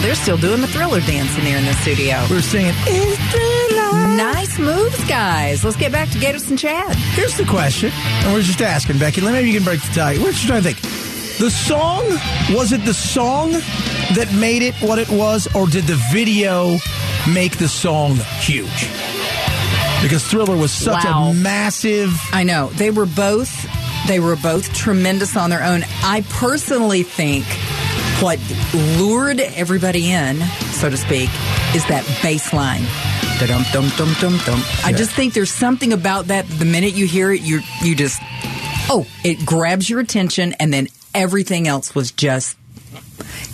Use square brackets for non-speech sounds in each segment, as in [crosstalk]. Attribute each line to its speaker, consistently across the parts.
Speaker 1: they're still doing the thriller dance in there in the studio.
Speaker 2: We're eh, singing. It's Thriller.
Speaker 1: Nice moves, guys. Let's get back to Gators and Chad.
Speaker 2: Here's the question, and we're just asking Becky. Let maybe you can break the tie. We're just trying to think. The song was it the song that made it what it was, or did the video make the song huge? Because Thriller was such
Speaker 1: Wow.
Speaker 2: a massive.
Speaker 1: I know they were both they were both tremendous on their own. I personally think what lured everybody in, so to speak, is that bass line. Da-dum, dum, dum, dum, dum. I just think there's something about that. The minute you hear it, you you just oh, it grabs your attention, and then everything else was just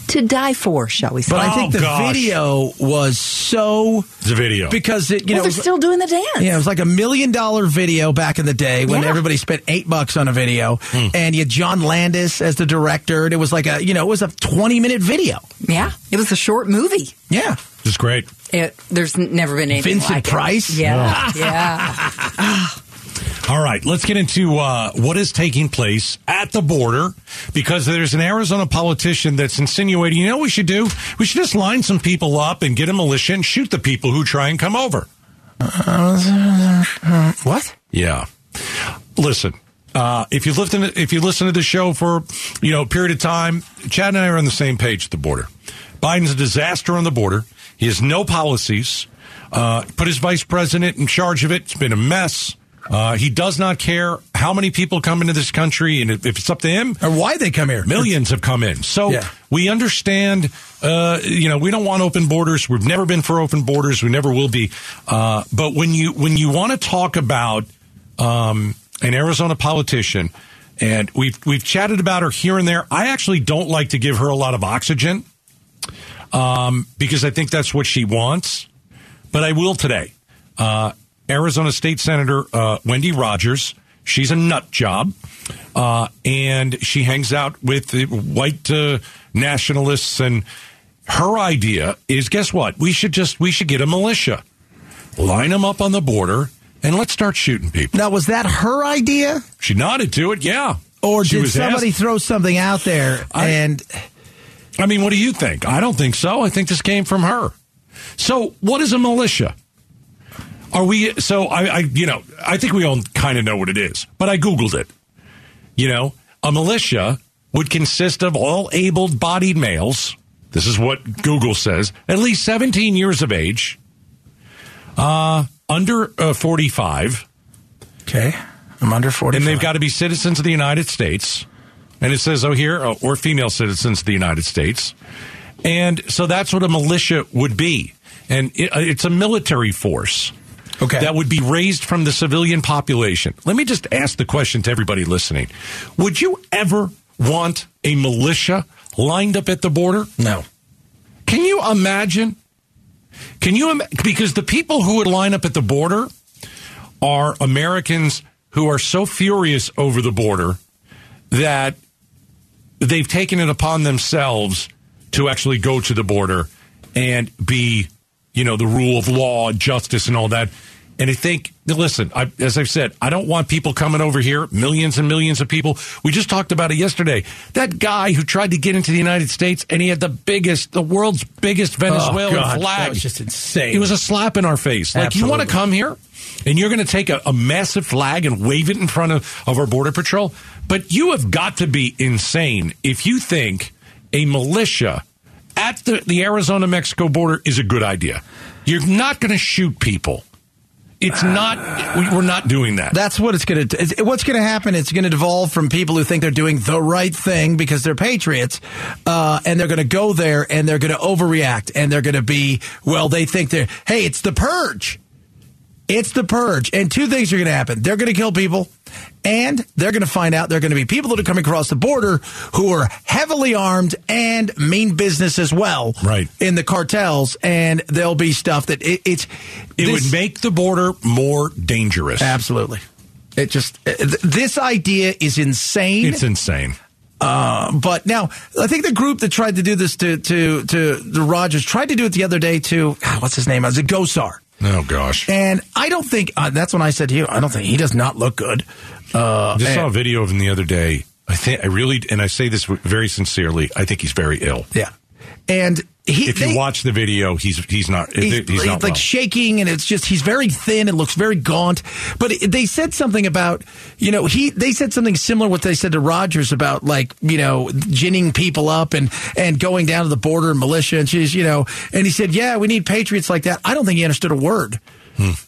Speaker 1: to die for, shall we say?
Speaker 2: But I think
Speaker 3: Oh,
Speaker 2: the
Speaker 3: gosh.
Speaker 2: video was so
Speaker 3: The video.
Speaker 2: because it you
Speaker 1: well,
Speaker 2: know
Speaker 1: they're still doing the dance.
Speaker 2: Yeah, it was like a million dollar video back in the day when
Speaker 1: Yeah.
Speaker 2: everybody spent eight bucks on a video,
Speaker 3: Hmm.
Speaker 2: and you had John Landis as the director. And it was like a you know it was a twenty minute video.
Speaker 1: yeah, it was a short movie.
Speaker 2: Yeah,
Speaker 3: It's great.
Speaker 1: It, there's n- never been anything
Speaker 2: Vincent
Speaker 1: like it.
Speaker 2: Price?
Speaker 1: Yeah, yeah.
Speaker 2: [laughs]
Speaker 3: All right, let's get into uh, what is taking place at the border because there's an Arizona politician that's insinuating, you know what we should do? We should just line some people up and get a militia and shoot the people who try and come over.
Speaker 2: what?
Speaker 3: Yeah. Listen, uh, if you listen, to, if you listen to the show for you know a period of time, Chad and I are on the same page at the border. Biden's a disaster on the border. He has no policies. Uh, put his vice president in charge of it. It's been a mess. Uh, he does not care how many people come into this country, and if, if it's up to him,
Speaker 2: Or why they come here?
Speaker 3: Millions have come in. So
Speaker 2: Yeah.
Speaker 3: we understand, uh, you know, we don't want open borders. We've never been for open borders. We never will be. Uh, but when you when you want to talk about um, an Arizona politician, and we've we've chatted about her here and there. I actually don't like to give her a lot of oxygen um, because I think that's what she wants. But I will today. Uh, Arizona State Senator uh, Wendy Rogers. She's a nut job, uh, and she hangs out with the white uh, nationalists. And her idea is, guess what? We should just we should get a militia, line them up on the border, and let's start shooting people.
Speaker 2: Now was that her idea,
Speaker 3: She nodded to it. Yeah.
Speaker 2: or
Speaker 3: she
Speaker 2: did
Speaker 3: was
Speaker 2: somebody
Speaker 3: asked-
Speaker 2: throw something out there?
Speaker 3: I-
Speaker 2: and
Speaker 3: I mean, what do you think? I don't think so. I think this came from her. So, what is a militia? Are we so? I, I you know, I think we all kind of know what it is, but I googled it. You know, a militia would consist of all able-bodied males. This is what Google says: at least 17 years of age, uh, under uh, 45,
Speaker 2: okay, I'm under forty,
Speaker 3: and they've got to be citizens of the United States. And it says, oh, here, oh, or female citizens of the United States. And so that's what a militia would be. And it, uh, it's a military force
Speaker 2: okay.
Speaker 3: that would be raised from the civilian population. Let me just ask the question to everybody listening Would you ever want a militia lined up at the border?
Speaker 2: no.
Speaker 3: Can you imagine? Can you im- because the people who would line up at the border are Americans who are so furious over the border that they've taken it upon themselves to actually go to the border and be, you know, the rule of law, justice, and all that. And I think, listen, I, as I've said, I don't want people coming over here, millions and millions of people. We just talked about it yesterday. That guy who tried to get into the United States and he had the biggest, the world's biggest Venezuelan
Speaker 2: Oh, God, that
Speaker 3: flag.
Speaker 2: was just insane.
Speaker 3: It was a slap in our face. Like, you want to
Speaker 2: Absolutely.
Speaker 3: come here and you're going to take a, a massive flag and wave it in front of, of our Border Patrol? But you have got to be insane if you think a militia at the, the Arizona Mexico border is a good idea. You're not going to shoot people. It's not, we- we're not doing that.
Speaker 2: That's what it's going to. What's going to happen? It's going to devolve from people who think they're doing the right thing because they're patriots, uh, and they're going to go there and they're going to overreact and they're going to be well. They think they're hey, it's the purge. It's the purge, and two things are going to happen. They're going to kill people, and they're going to find out they're going to be people that are coming across the border who are heavily armed and mean business as well,
Speaker 3: Right.
Speaker 2: In the cartels, and there'll be stuff that it, it's
Speaker 3: it
Speaker 2: this-
Speaker 3: would make the border more dangerous.
Speaker 2: Absolutely. It just uh, th- this idea is insane. uh,
Speaker 3: It's insane.
Speaker 2: but now I think the group that tried to do this to to to the Rogers tried to do it the other day to ah, what's his name? Is it Gosar?
Speaker 3: Oh, gosh.
Speaker 2: And I don't think uh, that's when I said to you, I don't think he does not look good. Uh,
Speaker 3: just saw a
Speaker 2: and-
Speaker 3: video of him the other day. I think I really, and I say this very sincerely. I think he's very ill.
Speaker 2: yeah, and He-
Speaker 3: if you
Speaker 2: they-
Speaker 3: watch the video, he's he's not
Speaker 2: He's,
Speaker 3: he's,
Speaker 2: he's,
Speaker 3: not
Speaker 2: like
Speaker 3: well.
Speaker 2: shaking, and it's just he's very thin and looks very gaunt. But it- they said something about you know he they said something similar to what they said to Rogers about like you know ginning people up and and going down to the border and militia and she's you know and he said yeah we need patriots like that. I don't think he understood a word.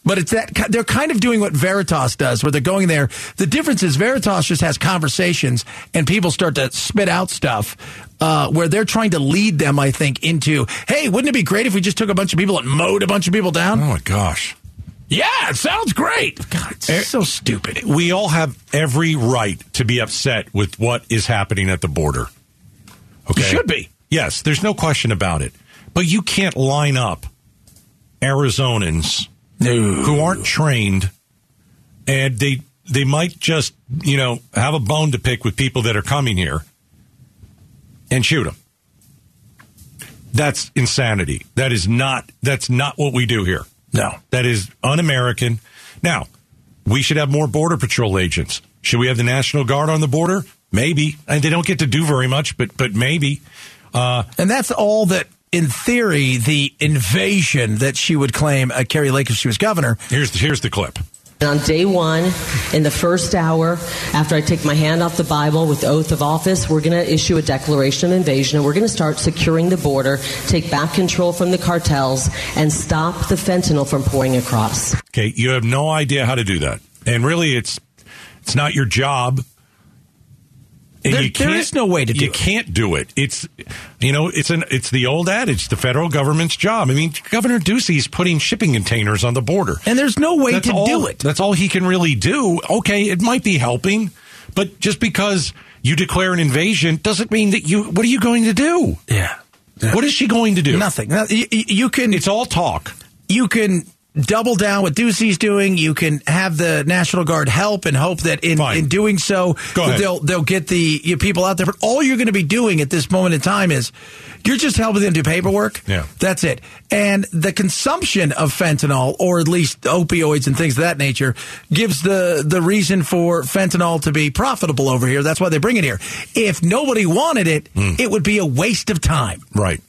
Speaker 2: But it's that ki- they're kind of doing what Veritas does, where they're going there. The difference is Veritas just has conversations and people start to spit out stuff, uh, where they're trying to lead them, I think, into hey, wouldn't it be great if we just took a bunch of people and mowed a bunch of people down?
Speaker 3: oh my gosh.
Speaker 2: Yeah, it sounds great. God, it's
Speaker 3: Eh,
Speaker 2: so stupid.
Speaker 3: We all have every right to be upset with what is happening at the border. Okay.
Speaker 2: You should be.
Speaker 3: Yes, there's no question about it. But you can't line up Arizonans who aren't trained and they they might just, you know, have a bone to pick with people that are coming here and shoot them. That's insanity. That is not that's not what we do here.
Speaker 2: No.
Speaker 3: That is un-American. Now, we should have more border patrol agents. Should we have the National Guard on the border? Maybe. And they don't get to do very much, but but maybe.
Speaker 2: And that's all that, in theory, the invasion that she would claim uh, Carrie Lake if she was governor.
Speaker 3: Here's the, here's the clip.
Speaker 4: On day one, in the first hour, after I take my hand off the Bible with oath of office, we're going to issue a declaration of invasion and we're going to start securing the border, take back control from the cartels, and stop the fentanyl from pouring across.
Speaker 3: Okay, you have no idea how to do that. And really it's it's not your job. And
Speaker 2: There- there
Speaker 3: can't-
Speaker 2: is no way to do
Speaker 3: You
Speaker 2: it.
Speaker 3: can't do it. It's you know, it's an it's the old adage, the federal government's job. I mean, Governor Ducey is putting shipping containers on the border.
Speaker 2: And there's no way
Speaker 3: That's
Speaker 2: to
Speaker 3: all-
Speaker 2: do it.
Speaker 3: That's all he can really do. Okay, it might be helping, but just because you declare an invasion doesn't mean that you. What are you going to do?
Speaker 2: Yeah.
Speaker 3: What is she going to do?
Speaker 2: Nothing. No, You, you- you can.
Speaker 3: It's all talk.
Speaker 2: you can double down what Ducey's doing. You can have the National Guard help and hope that in,
Speaker 3: Fine.
Speaker 2: in doing so,
Speaker 3: Go ahead.
Speaker 2: they'll they'll get the you know, people out there. But all you're going to be doing at this moment in time is you're just helping them do paperwork.
Speaker 3: Yeah.
Speaker 2: that's it. And the consumption of fentanyl, or at least opioids and things of that nature, gives the the reason for fentanyl to be profitable over here. That's why they bring it here. If nobody wanted it,
Speaker 3: Hmm.
Speaker 2: it would be a waste of time.
Speaker 3: Right.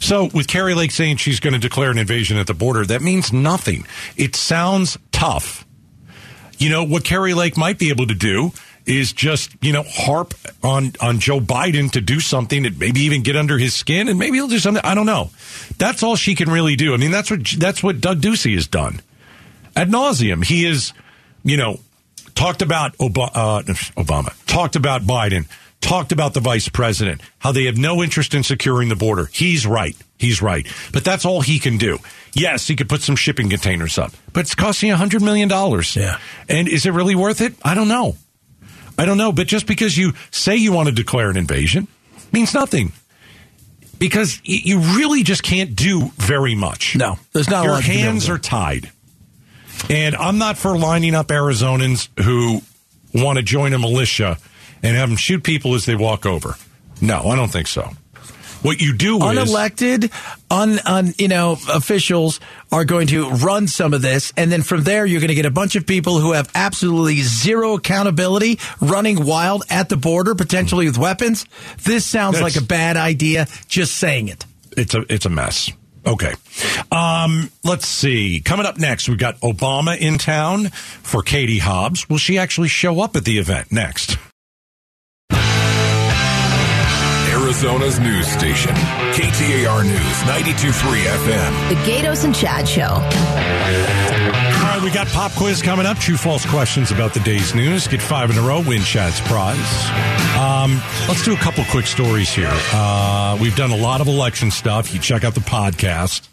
Speaker 3: So, with Carrie Lake saying she's going to declare an invasion at the border, that means nothing. It sounds tough. You know, what Carrie Lake might be able to do is just, you know, harp on, on Joe Biden to do something and maybe even get under his skin and maybe he'll do something. I don't know. That's all she can really do. I mean, that's what, that's what Doug Ducey has done ad nauseum. He is, you know, talked about Ob- uh, Obama, talked about Biden, talked about the vice president, how they have no interest in securing the border. He's right. He's right. But that's all he can do. Yes, he could put some shipping containers up, but it's costing $100 million.
Speaker 2: Yeah.
Speaker 3: And is it really worth it? I don't know. I don't know. But just because you say you want to declare an invasion means nothing. Because y- you really just can't do very much.
Speaker 2: No, there's not a
Speaker 3: Your
Speaker 2: lot you can
Speaker 3: hands
Speaker 2: do.
Speaker 3: are tied. And I'm not for lining up Arizonans who want to join a militia and have them shoot people as they walk over. No, I don't think so. What you do is
Speaker 2: unelected, un, un you know officials are going to run some of this, and then from there you're going to get a bunch of people who have absolutely zero accountability running wild at the border, potentially with weapons. This sounds
Speaker 3: That's-
Speaker 2: like a bad idea. Just saying it.
Speaker 3: it's a it's a mess. Okay. Um, let's see. Coming up next, we've got Obama in town for Katie Hobbs. Will she actually show up at the event next?
Speaker 5: Arizona's news station, KTAR News 92.3 FM.
Speaker 6: The Gatos and Chad Show.
Speaker 3: All right, we got pop quiz coming up. True false questions about the day's news. Get five in a row, win Chad's prize. Um, let's do a couple quick stories here. Uh, we've done a lot of election stuff. You check out the podcast.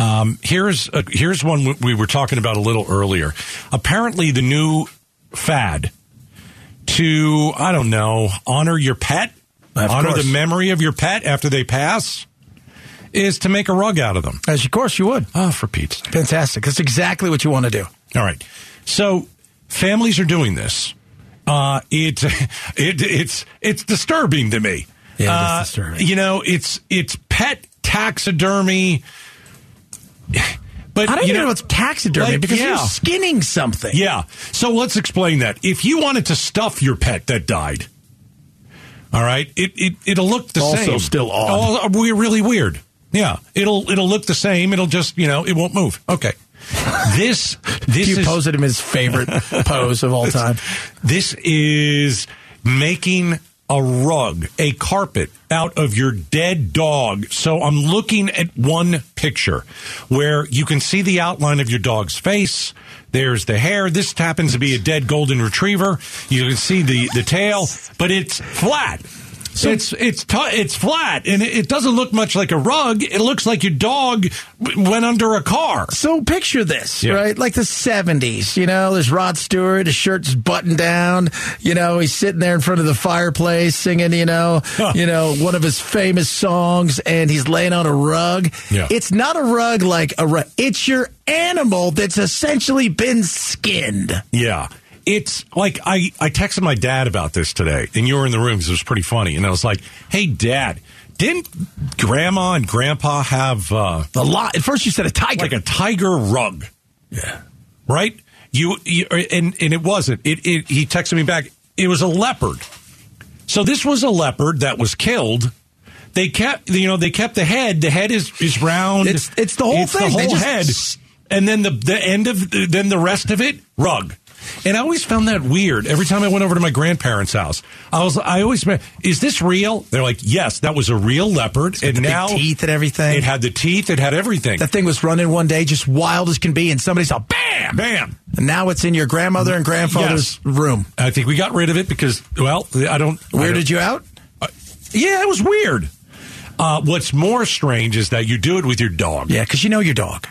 Speaker 3: Um, here's a, here's one we- we were talking about a little earlier. Apparently, the new fad to I don't know honor your pet,
Speaker 2: Of
Speaker 3: honor
Speaker 2: course.
Speaker 3: the memory of your pet after they pass, is to make a rug out of them.
Speaker 2: As of course you would.
Speaker 3: Oh, for Pete's sake.
Speaker 2: Fantastic. That's exactly what you want to do.
Speaker 3: All right. So families are doing this. Uh, it, [laughs] it it's it's disturbing to me.
Speaker 2: Yeah, it is
Speaker 3: Uh,
Speaker 2: disturbing.
Speaker 3: You know, it's it's pet taxidermy. [sighs] But
Speaker 2: I don't
Speaker 3: you
Speaker 2: even know, it's taxidermy
Speaker 3: like,
Speaker 2: because
Speaker 3: yeah.
Speaker 2: you're skinning something.
Speaker 3: Yeah. So let's explain that. If you wanted to stuff your pet that died, all right, it, it it'll look the
Speaker 2: Also
Speaker 3: same.
Speaker 2: still odd.
Speaker 3: Oh, we're really weird. Yeah, it'll it'll look the same. It'll just you know it won't move. Okay. This
Speaker 2: [laughs]
Speaker 3: this
Speaker 2: You
Speaker 3: is
Speaker 2: posed him his [laughs] favorite pose of all time.
Speaker 3: this is making a rug, a carpet out of your dead dog. So I'm looking at one picture where you can see the outline of your dog's face. There's the hair. This happens to be a dead golden retriever. You can see the, the tail, but it's flat. So it's it's t- it's flat and it, it doesn't look much like a rug. It looks like your dog w- went under a car.
Speaker 2: So picture this,
Speaker 3: Yeah.
Speaker 2: right? Like the 70s, you know, there's Rod Stewart, his shirt's buttoned down, you know, he's sitting there in front of the fireplace singing, you know, you know, one of his famous songs and he's laying on a rug.
Speaker 3: Yeah.
Speaker 2: It's not a rug like a rug. It's your animal that's essentially been skinned.
Speaker 3: Yeah. It's like I, I texted my dad about this today, and you were in the room because it was pretty funny. And I was like, hey, dad, didn't grandma and grandpa have uh,
Speaker 2: The lot. At first you said a tiger.
Speaker 3: like a tiger rug?
Speaker 2: yeah.
Speaker 3: right? You, you er, and and it wasn't. It, it he texted me back. It was a leopard. So this was a leopard that was killed. They kept you know they kept the head. The head is is round.
Speaker 2: It's- it's the whole
Speaker 3: It's
Speaker 2: thing. They
Speaker 3: whole
Speaker 2: just-
Speaker 3: head, and then the the end of then the rest of it rug. And I always found that weird. Every time I went over to my grandparents' house, I was I always is this real? They're like, yes, that was a real leopard, and
Speaker 2: the big
Speaker 3: now
Speaker 2: teeth and everything.
Speaker 3: It had the teeth. It had everything.
Speaker 2: That thing was running one day, just wild as can be, and somebody saw bam,
Speaker 3: Bam.
Speaker 2: and now it's in your grandmother and grandfather's
Speaker 3: Yes.
Speaker 2: room.
Speaker 3: I think we got rid of it because, well, I don't. I
Speaker 2: Where
Speaker 3: don't-
Speaker 2: did you out?
Speaker 3: Yeah, it was weird. Uh, what's more strange is that you do it with your dog.
Speaker 2: Yeah, because you know your dog.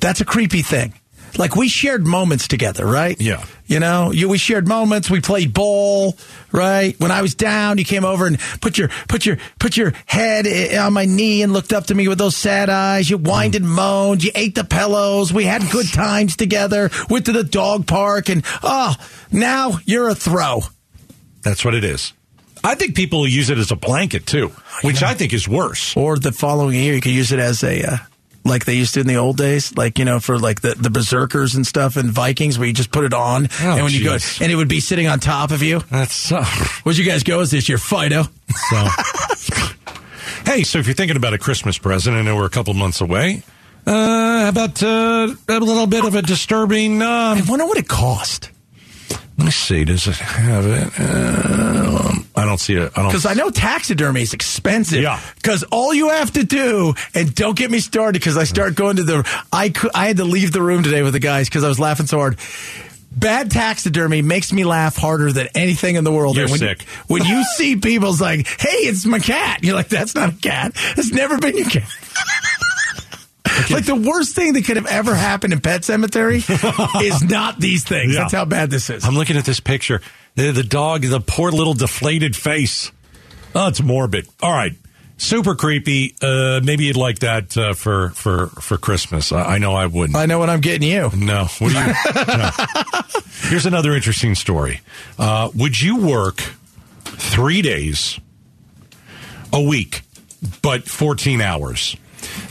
Speaker 2: That's a creepy thing. Like we shared moments together, right?
Speaker 3: Yeah.
Speaker 2: You know, you, we shared moments. We played ball, right? When I was down, you came over and put your put your put your head i- on my knee and looked up to me with those sad eyes. You whined and moaned. You ate the pillows. We had good times together. Went to the dog park, and oh, now you're a throw.
Speaker 3: That's what it is. I think people use it as a blanket too, which I think is worse.
Speaker 2: Or the following year, you could use it as a, uh, like they used to in the old days, like, you know, for like the, the berserkers and stuff and Vikings where you just put it on
Speaker 3: Oh,
Speaker 2: and when you go,
Speaker 3: jeez.
Speaker 2: and it would be sitting on top of you.
Speaker 3: That's
Speaker 2: [laughs]
Speaker 3: uh,
Speaker 2: Where'd you guys go? Is this your Fido?
Speaker 3: so. [laughs] hey, so if you're thinking about a Christmas present, I know we're a couple months away. Uh, how about uh, a little bit of a disturbing. Um,
Speaker 2: I wonder what it cost.
Speaker 3: let me see. Does it have it? Uh, um, I don't see it. I don't.
Speaker 2: Because I know taxidermy is expensive.
Speaker 3: Yeah.
Speaker 2: Because all you have to do, and don't get me started, because I start going to the, I cou- I had to leave the room today with the guys because I was laughing so hard. Bad taxidermy makes me laugh harder than anything in the world.
Speaker 3: You're
Speaker 2: And when,
Speaker 3: sick.
Speaker 2: When you see people's like, "Hey, it's my cat," you're like, "That's not a cat. It's never been your cat." Like the worst thing that could have ever happened in Pet Cemetery
Speaker 3: [laughs]
Speaker 2: is not these things.
Speaker 3: Yeah.
Speaker 2: That's how bad this is.
Speaker 3: I'm looking at this picture. The, the dog, the poor little deflated face. Oh, it's morbid. All right. Super creepy. Uh, maybe you'd like that uh, for for for Christmas. I, I know I wouldn't.
Speaker 2: I know what I'm getting you.
Speaker 3: no. What do you? no. Here's another interesting story. Uh, would you work three days a week, but 14 hours?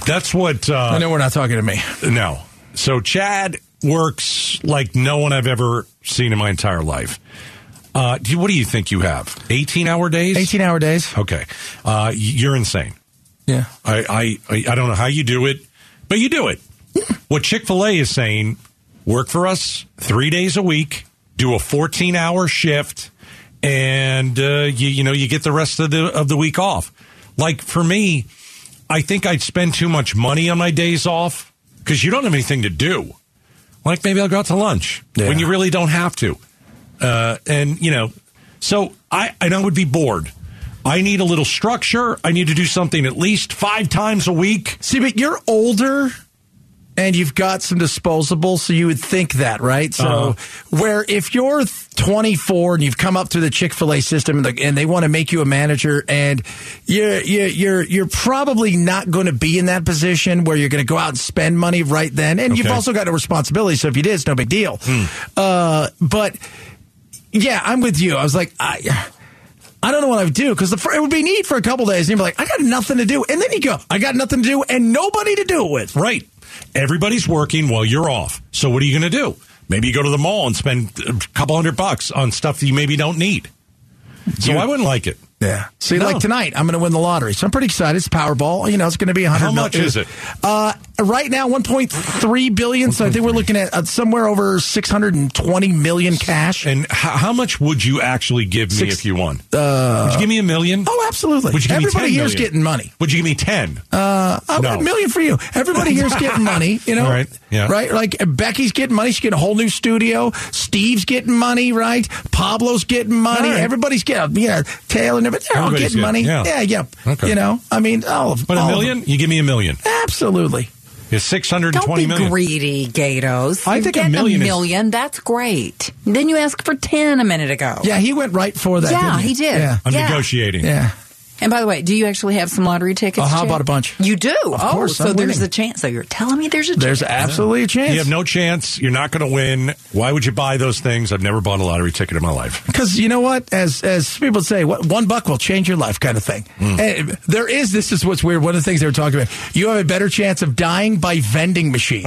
Speaker 3: That's what. Uh,
Speaker 2: I know we're not talking to me.
Speaker 3: no. So Chad works like no one I've ever seen in my entire life. Uh, do you, what do you think you have? 18 hour days?
Speaker 2: 18 hour days.
Speaker 3: Okay. Uh, y- you're insane.
Speaker 2: Yeah.
Speaker 3: I, I, I I don't know how you do it, but you do it. What Chick fil A is saying work for us three days a week, do a 14 hour shift, and uh, you, you know, you get the rest of the, of the week off. Like for me, I think I'd spend too much money on my days off because you don't have anything to do. Like maybe I'll go out to lunch when you really don't have to. Uh, and you know, so I and I would be bored. I need a little structure. I need to do something at least five times a week.
Speaker 2: See, but you're older and you've got some disposable, so you would think that, right? So, where if you're th- 24 and you've come up through the Chick Fil A system and, the, and they want to make you a manager, and you're you're you're, you're probably not going to be in that position where you're going to go out and spend money right then, and you've
Speaker 3: Okay.
Speaker 2: also got a responsibility. So if you did, it's no big deal. Uh, but yeah, I'm with you. I was like, I. I don't know what I would do because it would be neat for a couple days. And you'd be like, I got nothing to do. And then you go, I got nothing to do and nobody to do it with.
Speaker 3: Right. Everybody's working while you're off. So what are you going to do? Maybe you go to the mall and spend a couple hundred bucks on stuff that you maybe don't need. So I wouldn't like it.
Speaker 2: Yeah. See,
Speaker 3: No.
Speaker 2: like tonight, I'm going to win the lottery, so I'm pretty excited. It's Powerball. You know, it's going to be 100.
Speaker 3: How much
Speaker 2: mil-
Speaker 3: is it?
Speaker 2: Uh, right now, 1.3 billion. So I think we're looking at uh, somewhere over 620 million cash.
Speaker 3: And how, how much would you actually give me
Speaker 2: Six-
Speaker 3: if you won? Uh, would you give me a million?
Speaker 2: Oh, absolutely.
Speaker 3: Would you give
Speaker 2: Everybody
Speaker 3: me 10
Speaker 2: here's
Speaker 3: million?
Speaker 2: getting money.
Speaker 3: Would you give me ten?
Speaker 2: Uh,
Speaker 3: No.
Speaker 2: A million for you. Everybody here's getting
Speaker 3: [laughs]
Speaker 2: money. You know,
Speaker 3: All right, yeah.
Speaker 2: right? Like uh, Becky's getting money. She's getting a whole new studio. Steve's getting money, right? Pablo's getting money.
Speaker 3: All right.
Speaker 2: Everybody's getting, yeah. Taylor and everybody, they're all
Speaker 3: Everybody's
Speaker 2: getting
Speaker 3: getting-
Speaker 2: money.
Speaker 3: yeah.
Speaker 2: yeah, yeah.
Speaker 3: Okay.
Speaker 2: You know, I mean, all of,
Speaker 3: but a
Speaker 2: all of
Speaker 3: million?
Speaker 2: them.
Speaker 3: You give me a million.
Speaker 2: Absolutely.
Speaker 3: It's six hundred and
Speaker 1: Don't
Speaker 3: twenty
Speaker 1: be
Speaker 3: million.
Speaker 1: greedy, Gatos.
Speaker 3: I
Speaker 1: You're
Speaker 3: think a
Speaker 1: getting
Speaker 3: million is-
Speaker 1: million, that's great. Then you asked for 10 a minute ago.
Speaker 2: Yeah, he went right for that.
Speaker 1: Yeah,
Speaker 2: didn't
Speaker 1: he did.
Speaker 2: Yeah.
Speaker 3: I'm
Speaker 1: Yeah.
Speaker 3: negotiating.
Speaker 2: Yeah.
Speaker 1: And by the way, do you actually have some lottery tickets?
Speaker 2: Oh, how
Speaker 1: Chad?
Speaker 2: about a bunch?
Speaker 1: You do? oh,
Speaker 2: course,
Speaker 1: so
Speaker 2: I'm
Speaker 1: there's
Speaker 2: winning.
Speaker 1: a chance. So you're telling me there's a chance.
Speaker 2: There's absolutely a chance.
Speaker 3: You have no chance. You're not going to win. Why would you buy those things? I've never bought a lottery ticket in my life.
Speaker 2: [laughs] Because you know what, as as people say, what, one buck will change your life, kind of thing.
Speaker 3: Hmm.
Speaker 2: And there is this is what's weird. One of the things they were talking about, you have a better chance of dying by vending
Speaker 3: [laughs]
Speaker 2: machine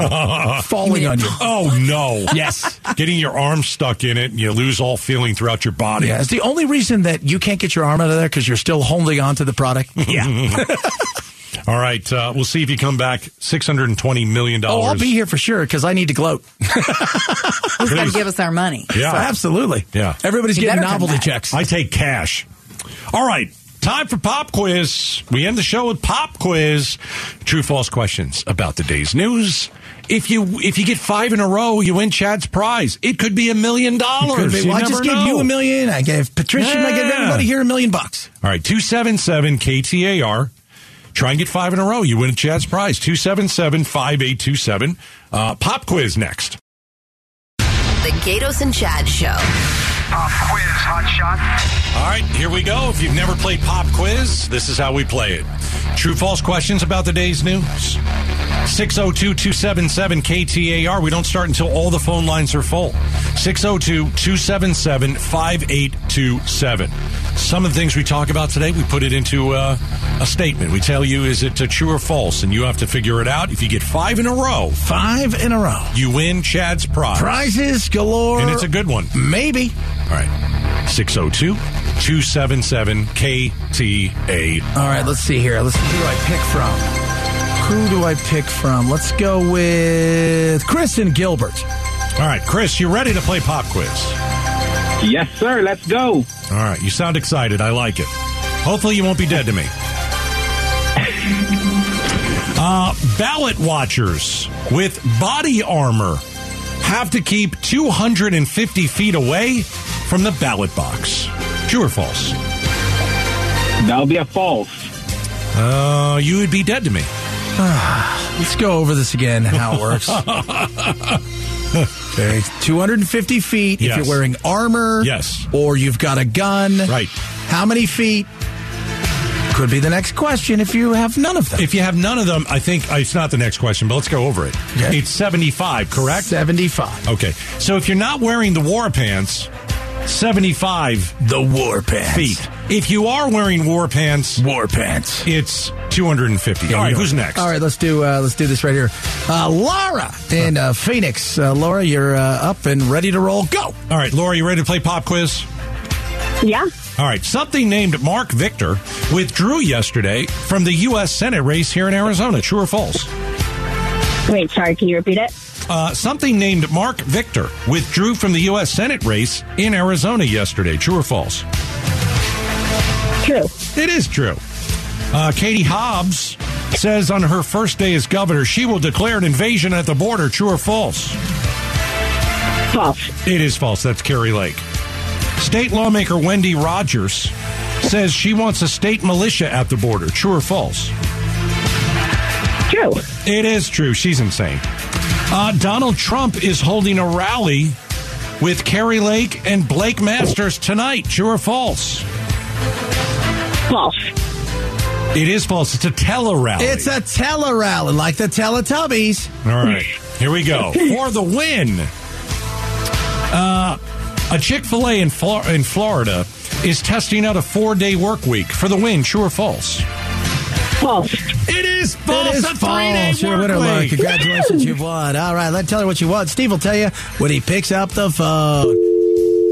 Speaker 2: falling on you.
Speaker 3: Oh no!
Speaker 2: Yes.
Speaker 3: getting your arm stuck in it, and you lose all feeling throughout your body.
Speaker 2: Yeah, it's the only reason that you can't get your arm out of there because you're still holding on to the product.
Speaker 3: [laughs]
Speaker 2: Yeah.
Speaker 3: All right, uh, we'll see if you come back. Six hundred and twenty million
Speaker 2: oh,
Speaker 3: dollars.
Speaker 2: I'll be here for sure because I need to gloat.
Speaker 1: Who's got to give us our money?
Speaker 3: Yeah.
Speaker 2: Absolutely.
Speaker 3: Yeah.
Speaker 2: Everybody's
Speaker 1: You
Speaker 2: getting
Speaker 1: better come
Speaker 2: novelty
Speaker 1: back.
Speaker 2: checks.
Speaker 3: I take cash. All right. Time for pop quiz. We end the show with pop quiz. True false questions about the day's news. If you if you get five in a row, you win Chad's prize. It could be a million dollars.
Speaker 2: Well,
Speaker 3: You
Speaker 2: I
Speaker 3: never
Speaker 2: just gave
Speaker 3: know.
Speaker 2: you a million. I gave Patricia. I gave
Speaker 3: Yeah.
Speaker 2: everybody here a million bucks.
Speaker 3: All right, 277 KTAR. Try and get five in a row. You win Chad's prize. 277 5827. Uh, Pop quiz next.
Speaker 6: The Gatos and Chad Show.
Speaker 7: Pop quiz, hot shot.
Speaker 3: All right, here we go. If you've never played Pop Quiz, this is how we play it. True false questions about the day's news. 602 277 KTAR. We don't start until all the phone lines are full. 602 277 5827. Some of the things we talk about today, we put it into uh, a statement. We tell you, is it uh, true or false? And you have to figure it out. If you get five in a row,
Speaker 2: Five in a row.
Speaker 3: you win Chad's prize.
Speaker 2: Prizes galore.
Speaker 3: And it's a good one.
Speaker 2: maybe.
Speaker 3: All right. 602 277 KTA.
Speaker 2: All right, let's see here. Let's who do I pick from? Who do I pick from? Let's go with Chris and Gilbert.
Speaker 3: All right, Chris, you ready to play Pop Quiz?
Speaker 8: Yes, sir. Let's go.
Speaker 3: All right, you sound excited. I like it. Hopefully, you won't be dead to me. Uh, ballot watchers with body armor have to keep 250 feet away from the ballot box. True or false?
Speaker 8: That'll be a false.
Speaker 3: Uh, you would be dead to me.
Speaker 2: Let's go over this again, how it works. okay, 250 feet
Speaker 3: Yes.
Speaker 2: if you're wearing armor.
Speaker 3: Yes.
Speaker 2: Or you've got a gun.
Speaker 3: Right.
Speaker 2: How many feet? Could be the next question if you have none of them.
Speaker 3: If you have none of them, I think uh, it's not the next question, but let's go over it.
Speaker 2: Okay.
Speaker 3: It's 75, correct?
Speaker 2: 75.
Speaker 3: Okay. So if you're not wearing the war pants, 75
Speaker 2: The war pants.
Speaker 3: feet. If you are wearing war pants,
Speaker 2: War pants.
Speaker 3: it's 250. All right, who's next?
Speaker 2: All right, let's do uh, let's do this right here. Uh, Laura in uh, Phoenix. Uh, Laura, you're uh, up and ready to roll. Go.
Speaker 3: All right, Laura, you ready to play pop quiz?
Speaker 9: Yeah.
Speaker 3: All right, something named Mark Victor withdrew yesterday from the U.S. Senate race here in Arizona. True or false?
Speaker 9: Wait, sorry, can you repeat it?
Speaker 3: Uh, something named Mark Victor withdrew from the U.S. Senate race in Arizona yesterday. True or false?
Speaker 9: True.
Speaker 3: It is true. Uh, Katie Hobbs says on her first day as governor, she will declare an invasion at the border. True or false?
Speaker 9: False.
Speaker 3: It is false. That's Carrie Lake. State lawmaker Wendy Rogers says she wants a state militia at the border. True or false?
Speaker 9: True.
Speaker 3: It is true. She's insane. Uh, Donald Trump is holding a rally with Carrie Lake and Blake Masters tonight. True or false?
Speaker 9: False.
Speaker 3: It is false. It's a tele rally.
Speaker 2: It's a tele rally, like the Teletubbies.
Speaker 3: All right, here we go for the win. Uh, a Chick Fil A in, Flor- in Florida is testing out a four-day work week for the win. True or false?
Speaker 9: False.
Speaker 3: It is false. Oh, a three-day
Speaker 2: You're a winner,
Speaker 3: work
Speaker 2: Laura.
Speaker 3: week.
Speaker 2: Congratulations, you've won. All right, let tell her what you want. Steve will tell you when he picks up the phone.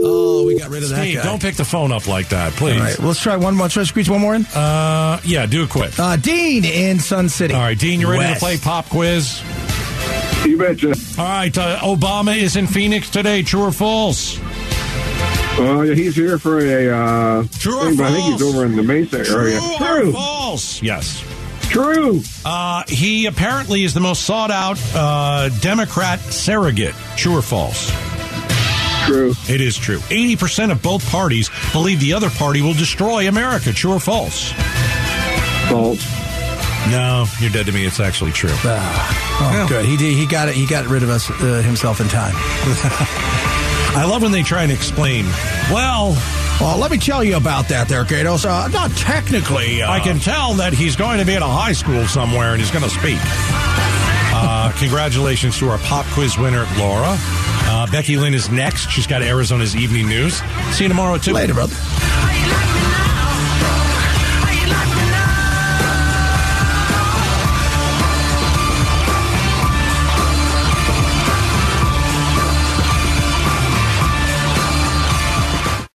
Speaker 2: Oh, we got rid of that
Speaker 3: Steve,
Speaker 2: guy.
Speaker 3: don't pick the phone up like that, please.
Speaker 2: All right, let's try one more. Try to squeeze one more in.
Speaker 3: Uh, yeah, do it quick.
Speaker 2: Uh, Dean in Sun City.
Speaker 3: All right, Dean, you ready
Speaker 2: West.
Speaker 3: to play pop quiz?
Speaker 10: You betcha.
Speaker 3: All right, uh, Obama is in Phoenix today. True or false?
Speaker 10: Uh, he's here for a uh,
Speaker 3: True or
Speaker 10: thing, but I think
Speaker 3: false?
Speaker 10: he's over in the Mesa area.
Speaker 3: or
Speaker 10: True.
Speaker 3: false? Yes.
Speaker 10: True.
Speaker 3: Uh, he apparently is the most sought out uh, Democrat surrogate. True or false?
Speaker 10: True.
Speaker 3: It is true. 80% of both parties believe the other party will destroy America. True or false?
Speaker 10: False.
Speaker 3: No, you're dead to me. It's actually true.
Speaker 2: Oh, good. He did, he got it. He got rid of us uh, himself in time.
Speaker 3: I love when they try and explain. Well,
Speaker 2: Well, let me tell you about that, there, Gatos. Uh, not technically. Uh,
Speaker 3: I can tell that he's going to be at a high school somewhere and he's going to speak. Uh, congratulations to our pop quiz winner, Laura. Uh, Becky Lynn is next. She's got Arizona's evening news. See you tomorrow, too.
Speaker 2: later, brother.